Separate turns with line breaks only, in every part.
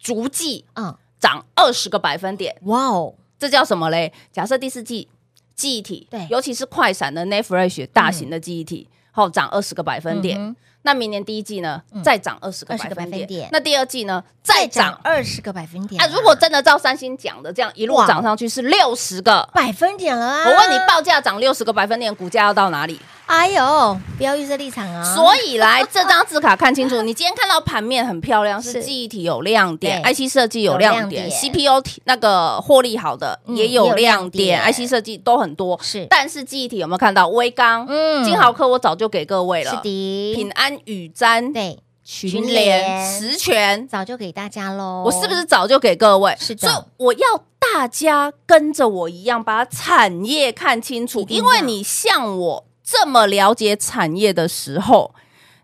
逐季
嗯，
涨二十个百分点，
哇哦，
这叫什么嘞？假设第四季记忆体，
对嗯
尤其是快闪的 Net Flash 大型的记忆体，后涨二十个百分点。
嗯哼
那明年第一季呢，再涨二十个
20
百
个百
分
分
点，
点
那第二季呢，
再
再
涨
涨
二十个百分点
啊，如果真的照三星讲的这样一路
哇
涨上去是六十个，
百分点了啊，
我问你，报价涨六十个百分点，股价要到哪里？
哎呦，不要预设立场啊，
所以来这张字卡看清 楚，你今天看到盘面很漂亮，
是
是记忆体有亮点
对
，IC 设计有
有亮
亮
点
点，CPU 体那个获利好的
嗯
也
也
有
有亮
亮点
点
，IC 设计都很多。
是
但是记忆体有没有看到微刚？
嗯
金豪科我早就给各位
是
了，
的，
平安、宇瞻、
对，
群
群
联、
联
实权，
早就给大家喽，
我是不是早就给各位？
哦是的
所以我要大家跟着我一样，把产业看清楚
一，定
因
要
为你像我这么了解产业的时候，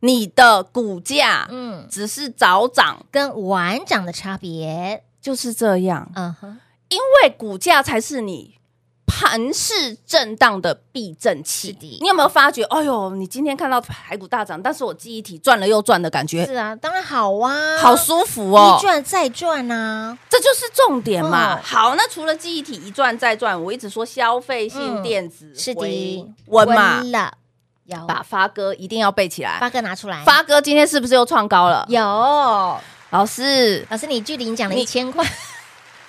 你的股价
嗯，
只是早涨，
跟完整的差别，
就是这样，
嗯哼，
因为股价才是你。盘市震荡的避震器
是的，
你有没有发觉？哎呦，你今天看到排骨大涨，但是我记忆体转了又转的感觉
是，啊，当然好啊，
好舒服哦！
一赚再赚啊，
这就是重点嘛。
哦
好，那除了记忆体一转再转，我一直说消费性电子、
是的，
温嘛，
了，有
把发哥一定要背起来。
八个拿出来，
发哥今天是不是又创高了？
有
老师，
老师，你距离你讲了
你
一千块，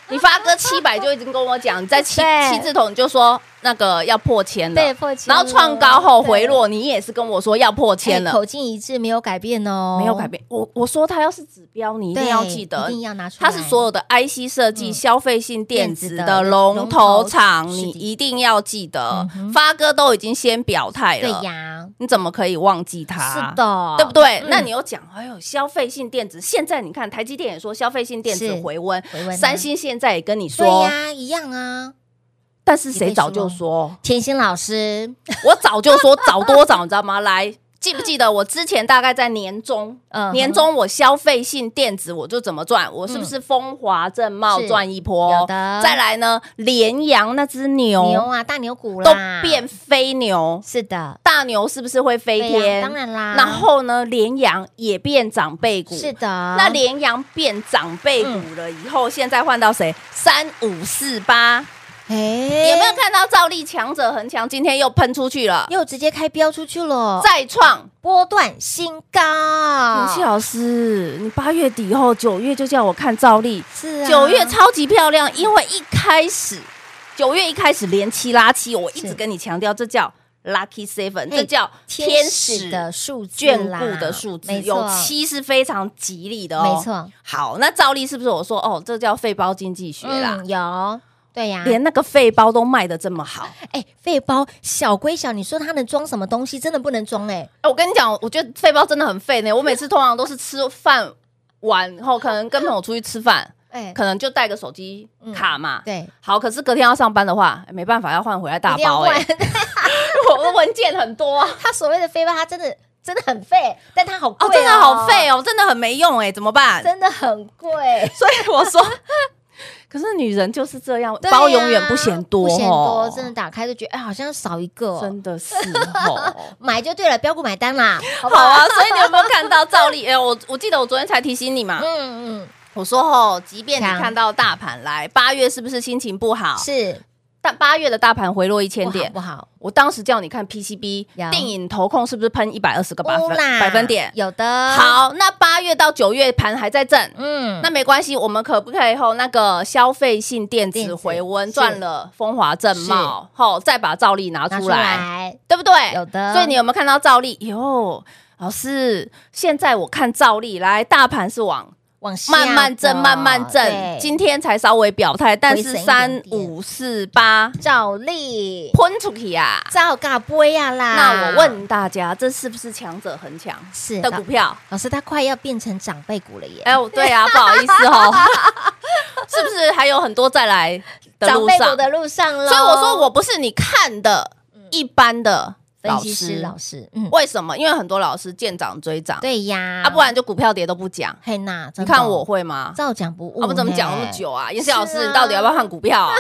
你发哥七百就已经跟我讲，你在七
对
七字头你就说那个要破千了，
对破千
然
了
后创高后回
对
落，你也是跟我说要破千
哎
了，
口径一致，没有改变哦，
没有改，变。我我说它要是指标，你一定
对
要记得，
一定要拿出来，
它是所有的 IC 设计、
嗯
消费性电子
电子的
的龙头厂，
龙头
你
是的
一定要记得
嗯哼。
发哥都已经先表态
对
了，
呀，
你怎么可以忘记它？
是，的，
啊对不对
嗯？
那你又讲，哎呦，消费性电子，现在你看台积电也说消费性电子
是
回温
回温啊，
三星现在也跟你
对
说，
呀，一样啊。
但是
你被
谁早
说
就说？
甜心老师，
我早就说早多早，你知道吗？来，记不记得我之前大概在年中，
嗯
年中我消费性电子我就怎么赚，我是不是风华正茂
嗯是
赚一波？
有的
再来呢，联阳那只
牛
牛
啊，大牛股
哦都
啦，
变飞牛。
是的，
大牛是不是会飞
对呀
天？
当然啦
然后呢，联阳也变长辈股。
是的，
那联阳变长辈股了以后，现在换到谁？三五四八，
哎，
有
有
没有看到照例强者恒强？今天又喷出去了，
又直接开标出去了？
再创
波段新
妍
高，
希老师，你八月底后九月就叫我看照例，
是啊，
九、月超级漂亮，因为一开始九月一开始连七拉七，我一
是
直跟你强调，这叫 lucky seven，
哎
这叫
天
天
使
使
的数字
眷
啦
顾的数字，
没错
有七是非常吉利的哦。
没，错，
好，那照例是不是我说哦，这叫肺包经济学啦？
嗯，有，对呀，
连那个肺包都卖的这么好，
哎，肺包小归小，你说它能装什么东西？真的不能装哎，
哎我跟你讲，我觉得肺包真的很废呢。我每次通常都是吃饭完后，可能跟朋友出去吃饭，
哎，
可能就带个手机卡嘛。
嗯对，
好，可是隔天要上班的话，没办法，要换回来大
一定要
包哎、
换
欸。 我的文件很多啊，
它所谓的肺包，它真的真的很废，但它
哦
好贵哦
欸哦，真的好，废哦，真的很没用哎、怎么办？
真的很贵，
所以我说，可是女人就是这样，
对啊
包永远不嫌多，
不嫌
哦
多，真的打开就觉得哎，好像少一个哦，
真的是 哦。
买就对了，标股买单 啦，好不
好啊，所以你有没有看到照例？哎、 我我记得我昨天才提醒你嘛，
嗯嗯，
我说吼，即便你
强
看到大盘来，八月是不是心情不好？
是
但八月的大盘回落一千点
不，好
我当时叫你看 PCB
有
电影投控是不是喷一百二十个
不好，
百分
乌啦
百分点？
有的，，
好，那八月到九月盘还在震。
嗯，
那没关系，我们可不可以后那个消费性电
电
子
子
回温
是
赚了风华正茂，后再把照例拿
拿
出
出
来，
来，
对不对？
有的
所以你有没有看到照例？哟，老师，现在我看照例来，大盘是往
往下
慢慢震，
走
慢慢震
对，
今天才稍微表态，但
回
是
神一
三
点点
五四八
照例
喷出去啊！
照嘎波呀啦。
那我问大家，这是不是强者恒强
啊是啊
的
的
股票？
老师，他快要变成长辈股了耶，
哎，我对啊，不好意思 哦，是不是还有很多再来的
长
路
辈
上
股？的路上了。
所以我说我不是你看的一般的
分
老
析师
师
老，师，嗯，
为什么？因为很多老师见涨追涨，
对呀，
啊，不然就股票跌都不讲。
嘿呐，
你
真的
看我会吗？
照讲不误，
我们怎么讲那么？久啊？妍希老师，你到底要不要看 股票啊？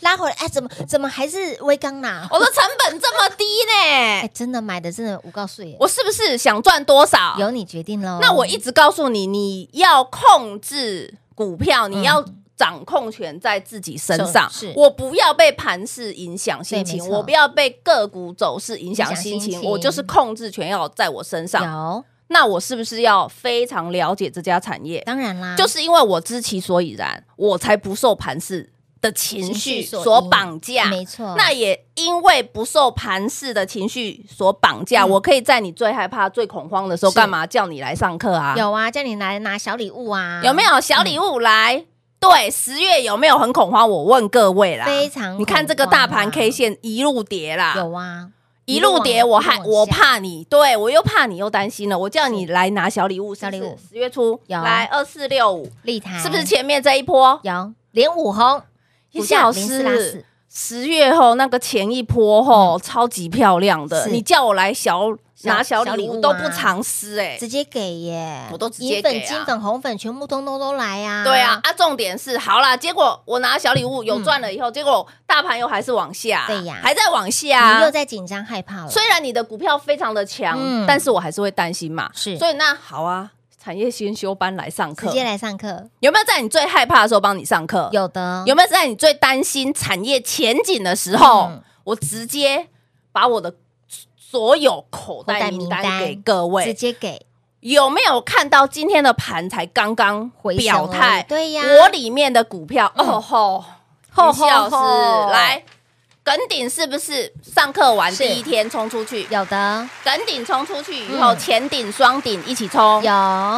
拉回来，哎，怎么怎么还是微刚呐？
我的成本这么低
哎，
呢，
真的买的真的，我告诉你，
我是不是想赚多少？
由你决定喽。
那我一直告诉你，你要控制股票，你要掌控权在自己身上。
嗯是是
我不要被盘势影响心
对
情
没，错
我不要被个股走势影响
影响
心
心
情，
情
我就是控制权要在我身上。
有，
那我是不是要非常了解这家产业？
当然啦，
就是因为我知其所以然，我才不受盘势的情绪
情绪所
所
影
绑架。
没错。
那也因为不受盘势的情绪所绑架，我可以在你最害怕、最恐慌的时候，
嗯是
干嘛叫你来上课啊？
有啊，叫你来拿小礼物啊，
有没有小礼物来？对，十月有没有很恐慌？我问各位啦，
非常
你看这个
恐慌
大
啊
盘 K 线一路跌啦，
有啊，
一路跌，我
还
害我怕你，对我又怕你又担心了，我叫你来拿小礼物，
小礼物
是不是十月初
有啊哎
来二四六五，
立台
是不是前面这一波？
有连五红？
叶老
股价04拉
师
四，
十月后那个前一波后、超级漂亮的，
嗯是
你叫我来小
小
拿小
小
礼
礼物
物
啊
都不藏私哎、
直接给耶！
我都直接
银
给
粉、
啊
金粉、红粉，全部通通都来呀、
对啊，，啊，重点是好啦，结果我拿小礼物有赚了以后，结果大盘又还是往下，
嗯对呀
还在往
你又
下。
在紧张害怕了。
虽然你的股票非常的强，
嗯
但是我还是会担心嘛。
是
所以那好啊，产业先修班来上课
直，接来上课，
有没有在你最害怕的时候帮你上课？
有的
有没有在你最担心产业前景的时候，
嗯
我直接把我的所有口
口
袋
袋
名
名
单
单
给各
直
位？
接给
有没有看到今天的盘才刚刚
回神
表
而已
态？
对呀，
我里面的股票，哦吼，
吼
吼吼老
吼吼
师来。耿鼎是不是上课完
是
第一天冲出去？
有的
耿鼎冲出去以后，
嗯
前顶双顶一起冲，
有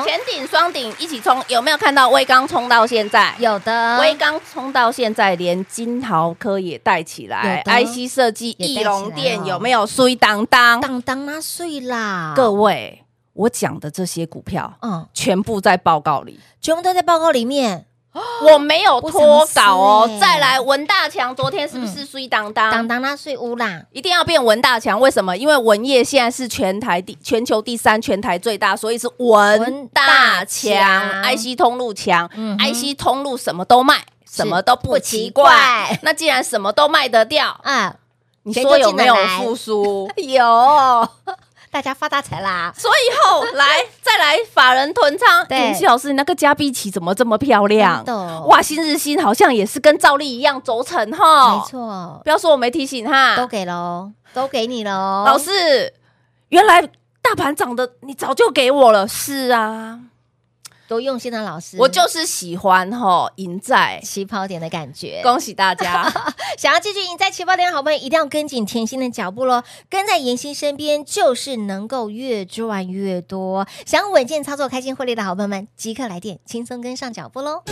前顶双顶一起冲，有没有看到威刚冲到现在？
有的
威刚冲到现在，连金豪科也带起来
有的
，IC 设计、
也带起
翼
来
龙店
了
有没有衰当当？
当当拉碎啦，
各位，我讲的这些股票
嗯，
全部在报告里，
全部都在报告里面，
我没有脱稿
哦不
哦
藏私欸。
再来，文大强昨天是不是衰当
当
当？
当拉碎乌啦，
一定要变文大强，为什么？因为文业现在是全台第全球第三，全台最大，所以是文
文
大
大
强
强
，IC 通路强
嗯哼
，IC 通路什么都卖，什么都不
不
奇
奇
怪
怪。
那既然什么都卖得掉，
啊，
你
谁就
说有
进得
没有
来
复 苏？
有，大家发大财啦！
所以后来再来法人囤仓，
对
妍希老师，你那个加碧奇怎么这么漂亮
真的哦？
哇，新日新好像也是跟照例一样轴承
没
哈，
错，
不要说我没提醒
都哦
哈，
给喽，都给你喽，
老师，原来大盘涨的你早就给我了，是啊，
多用心的老师，
我就是喜欢哈赢在，
起跑点的感觉。
恭喜 大家，
想要继续赢在起跑点的好朋友，一定要跟紧甜心的脚步喽！跟在妍希身边，就是能够越赚越多。想稳健操作、开心获利的好朋友们，即刻来电，轻松跟上脚步喽！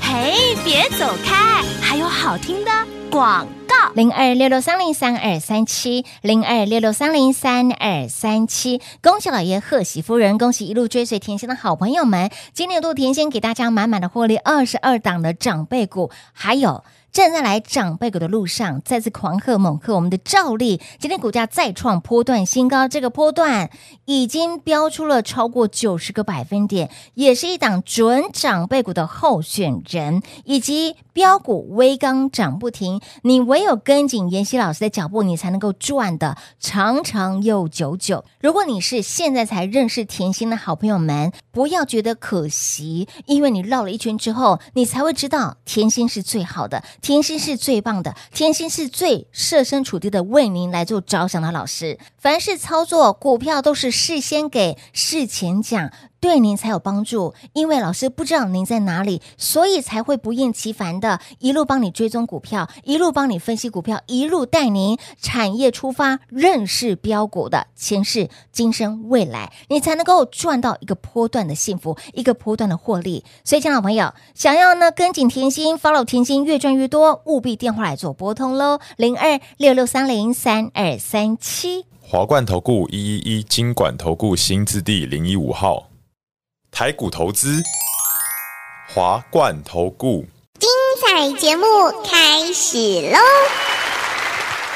嘿，别走开，还有好听的广告。
零二六六三零三二三七，零二六六三零三二三七。恭喜老爷，贺喜夫人，恭喜一路追随甜心的好朋友们。今年度甜心给大家满满的获利，二十二档的长辈股，还有正在来长辈股的路上，再次狂贺猛贺我们的照例，今天股价再创波段新高，这个波段已经标出了超过九十个百分点，也是一档准长辈股的候选人，以及标股微刚涨不停。你唯有跟紧妍希老师的脚步，你才能够赚的长长又久久。如果你是现在才认识甜心的好朋友们，不要觉得可惜，因为你绕了一圈之后，你才会知道甜心是最好的，甜心是最棒的，甜心是最设身处地的为您来做着想的老师。凡是操作股票都是事先给，事前讲。对您才有帮助，因为老师不知道您在哪里，所以才会不厌其烦的一路帮你追踪股票，一路帮你分析股票，一路带您产业出发，认识标股的前世、今生、未来，你才能够赚到一个波段的幸福，一个波段的获利。所以，亲爱的朋友，想要呢跟紧甜心，follow 甜心，越赚越多，务必电话来做拨通喽，零二六六三零三二三七。
华冠投顾一一一金管投顾新字第零一五号，台股投资，华冠投顾。
彩节目开始喽！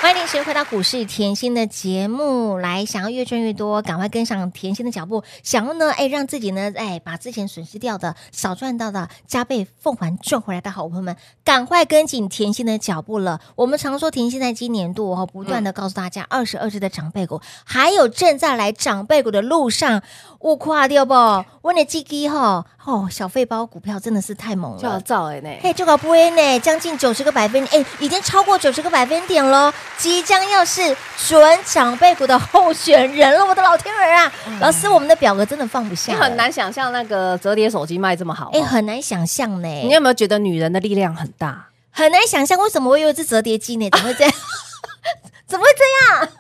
欢迎您持续回到股市甜心的节目，来想要越赚越多，赶快跟上甜心的脚步。想要呢，哎，让自己呢，哎，把之前损失掉的、少赚到的加倍奉还赚回来的好朋友们，赶快跟紧甜心的脚步了。我们常说甜心在今年度哦，不断的告诉大家，二十二只的长辈股，还有正在来长辈股的路上，勿跨掉不？我的记忆哈，哦，小费包股票真的是太猛
就要
了。
造哎呢，
嘿，这个不会呢，将近九十个百分点，哎，已经超过九十个百分点喽，即将要是准长辈股的候选人了，我的老天儿啊！老师，我们的表格真的放不下，
嗯你很，难想象那个折叠手机卖这么好、哦
哎，很哎难想象呢，
你有没有觉得女人的力量很大？
很难想象为什么会有一只折叠机呢？怎么 会这样？怎么会这样？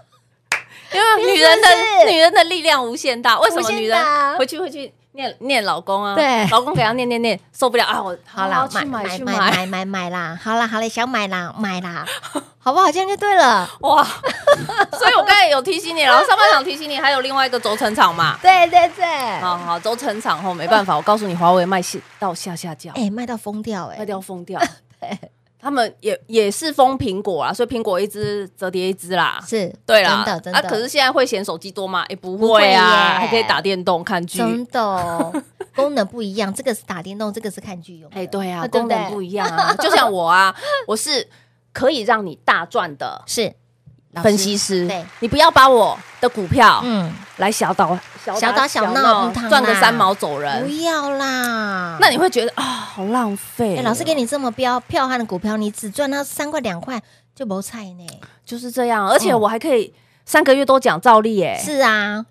因为女人的
是不是
女人的力量无限大，为什
无
么
限
女
大
人回去会去念念老公啊？
对
老公给她念念念，受不 了啊！我
好
啦
啦，，
去买
买
去
买
买，
买买买啦！好啦好啦，想买啦买啦，好不好？这样就对了。
哇！ 所以我刚才有提醒你，然后上半场提醒你，还有另外一个轴承厂嘛。
对对对，
好好，轴承厂后哦没办法，我告诉你，华为卖下到下下架，
哎，卖到疯掉
卖
哎，
掉疯 掉。他们也也是封苹果啊，所以苹果一只折叠一只啦。
是，
对啦，
真的真的。
啊，可是现在会嫌手机多吗？也不
不会
会啊，
耶
还可以打电动看剧。
真的哦，功能不一样，这个是打电动，这个是看剧用的。
哎，对啊，
对不
功
对
能不一样啊。 就像我啊，我是可以让你大赚的
是老师
分析师
对，
你不要把我的股票
嗯，
来小倒
小打小闹嗯
赚个
啦
三毛走
不
人，
要啦。
那你会觉得啊，好浪费
哎，
哦。
老师给你这么彪彪悍的股票，你只赚到三块两块就没菜呢？
就是这样，而且我还可以三个月都讲照例，哎，
嗯是啊，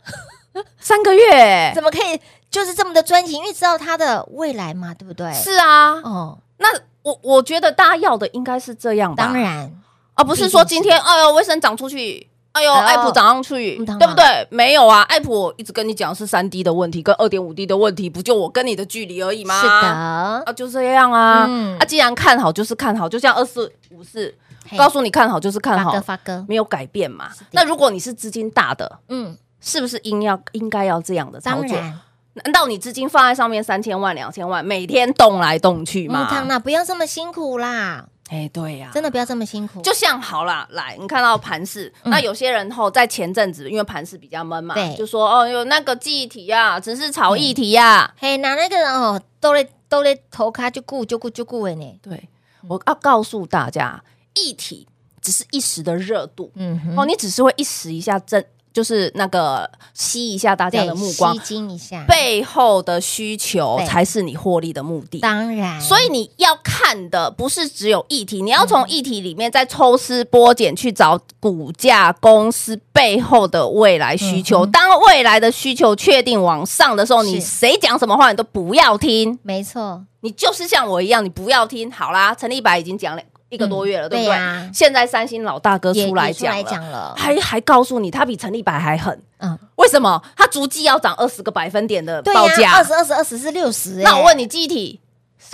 三个月耶，
怎么可以就是这么的专情？因为知道他的未来嘛，对不对？
是啊。
哦，
那我我觉得大家要的应该是这样吧，
当然
而哦不是说今天哎呦卫生涨出去，哎呦
哦
爱普涨上去，
嗯当然
对不对？没有啊，爱普我一直跟你讲是三 D 的问题跟二点五 D 的问题，不就我跟你的距离而已吗？
是，的，
啊就这样啊，
嗯
啊既然看好就是看好，就像二四五四
嘿
告诉你看好就是看
发
好
哥，发哥，
没有改变嘛。那如果你是资金大的，
嗯，
是不是应要应该要这样的操
当
作？
然，
难道你资金放在上面三千万两千万，每天动来动去
木
吗？
汤啦，不要这么辛苦啦，
哎，对呀、
真的不要这么辛苦，
就像好啦，来，你看到盘市，
嗯
那有些人吼在前阵子，因为盘市比较闷嘛
对，嗯
就说哦，有那个记忆体啊，只是炒议题啊。
嘿，拿那个人哦，都在都在头卡就顾就顾就顾的呢，
对，我要告诉大家，议题只是一时的热度，
嗯哼
哦，你只是会一时一下震，就是那个吸一下大家
对，
的目光
吸，睛一下，
背后的需求
对
才是你获利的目的。
当然，
所以你要看的不是只有议题，你要从议题里面再抽丝剥茧去找股价公司背后的未来需求。当未来的需求确定往上的时候，
嗯是
你谁讲什么话你都不要听，
没错，
你就是像我一样，你不要听。好啦，陈立白已经讲了一个多月了，
嗯
对
对
不对？
啊
现在三星老大哥
也
出来
也出
讲
来
了，
讲了，
还还告诉你他比陈立白还狠，
嗯，
为什么？他逐季要涨二十个百分点的
对
报
呀，
价。
二十二十二十是六十，哎
那我问
你，
你，机体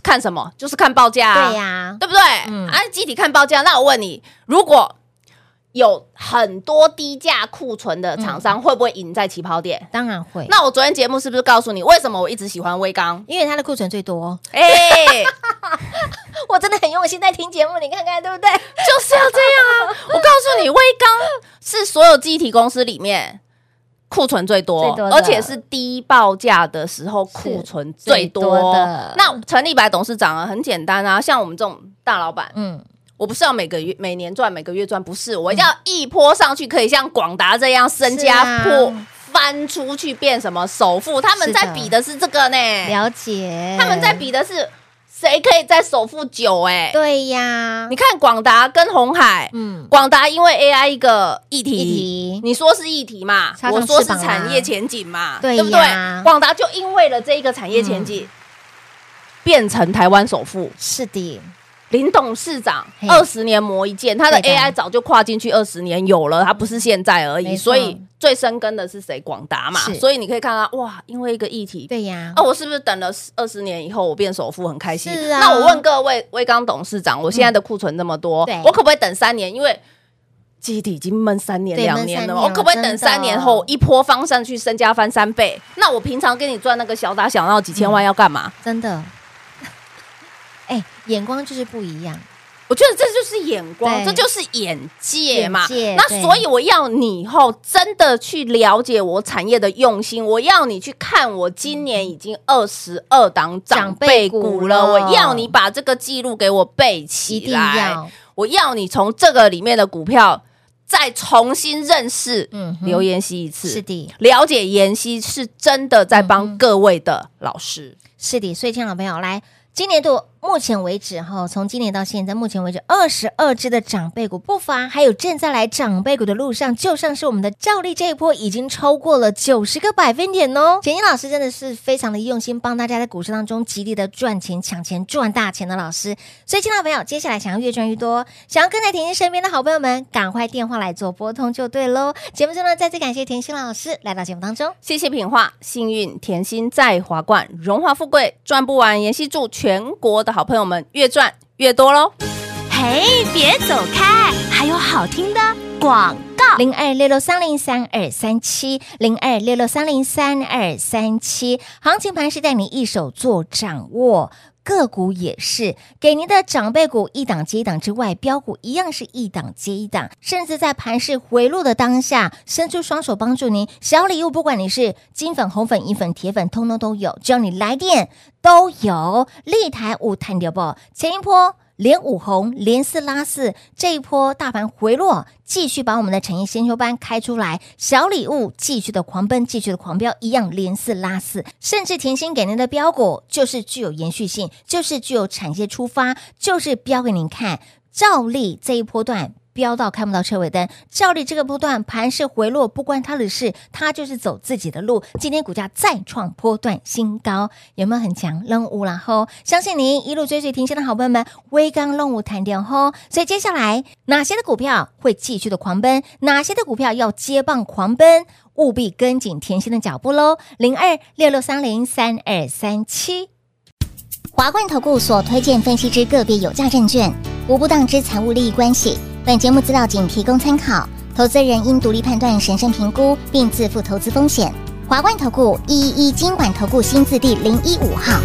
看什么？就是看报价、啊
对。呀，
对不对？
嗯
啊，集体看报价。那我问你，如果有很多低价库存的厂商，会不会赢在起跑点？
当然会，
那我昨天节目是不是告诉你，为什么我一直喜欢微刚？
哎因为它的库存最多，
哎、
我真的很用心在听节目，你看看对不对？
就是要 这样啊！我告诉你，威刚是所有机体公司里面库存最多，
最多的
而且是低报价的时候库存最多
最多的
那陈立白董事长啊，很简单啊，像我们这种大老板，
嗯，
我不是要每个月、每年赚、每个月赚，不是，我一定要一波上去，可以像广达这样身家
是啊
破、翻出去变什么首富。他们
是的
在比的是这个呢，
了解。
哎他们在比的是谁可以在首富久哎、
对呀，
你看广达跟红海，
嗯，
广达因为 AI 一个议题，
议题
你说是议题嘛
插，上
我说是
翅膀啦
产业前景嘛，
对呀嗯
不对？广达就因为了这一个产业前景，变成台湾首富。
是的，
林董事长
嘿
二十年磨一剑，他的
对的
AI 早就跨进去二十年有了，他不是现在而已。
没错
所以最深根的是谁？广达嘛
是。
所以你可以看到，哇，因为一个议题，
对呀
哦，，我是不是等了二十年以后我变首富很开心？
是啊
那我问各位威刚董事长，我现在的库存这么多，
嗯对
我可不可以等三年？因为基体已经闷三年
对
两
闷三年
年了，
了
我可不可以等三年后
真
一波方上去，身家翻三倍？那我平常跟你赚那个小打小闹几千
嗯
万要干嘛？
真的。哎，眼光就是不一样，
我觉得这就是眼光，
对
这就是眼界嘛。
眼界
那
对
所以我要你以后真的去了解我产业的用心，我要你去看我今年已经二十二档长辈股了，
长辈股了
我要你把这个记录给我背
一
起
定
来，
要
我要你从这个里面的股票再重新认识
嗯哼
刘妍希一次，
是的。
了解妍希是真的在帮各位的老师。
是的，所以，亲爱的朋友，来，今年度目前为止哈，从今年到现在，目前为止二十二只的长辈股不乏，还有正在来长辈股的路上，就像是我们的照例这一波已经超过了九十个百分点哦。简一老师真的是非常的用心，帮大家在股市当中极力的赚钱、抢钱、赚大钱的老师。所以，亲爱的朋友，接下来想要越赚越多，想要跟在甜心身边的好朋友们，赶快电话来做拨通就对喽。节目中呢，再次感谢甜心老师来到节目当中。
谢谢品画，幸运甜心在华冠，荣华富贵赚不完。妍希祝全国的好朋友们越赚越多喽！
嘿，别走开，还有好听的广告。
零二六六三零三二三七，零二六六三零三二三七。行情盘是带你一手做掌握。个股也是给您的长辈股一档接一档之外，标股一样是一档接一档，甚至在盘势回落的当下，伸出双手帮助您。小礼物，不管你是金粉、红粉、银粉、铁粉，通通都有，只要你来电都有。立台五探掉不？前一波连五红，连四拉四，这一波大盘回落，继续把我们的产业先修班开出来，小礼物继续的狂奔，继续的狂飙，一样连四拉四，甚至甜心给您的标股就是具有延续性，就是具有产业出发，就是标给您看。照例这一波段。飙到看不到车尾灯，照例这个波段盘势回落不关他的事，他就是走自己的路。今天股价再创波段新高，有没有很强？扔五然后相信您一路追随停下的好朋友们，微刚扔五弹掉吼。所以接下来哪些的股票会继续的狂奔？哪些的股票要接棒狂奔？务必跟紧甜心的脚步喽！零二六六三零三二三七。
华冠投顾所推荐分析之个别有价证券，无不当之财务利益关系。本节目资料仅提供参考，投资人应独立判断、审慎评估，并自负投资风险。华冠投顾一一一金管投顾新字第零一五号。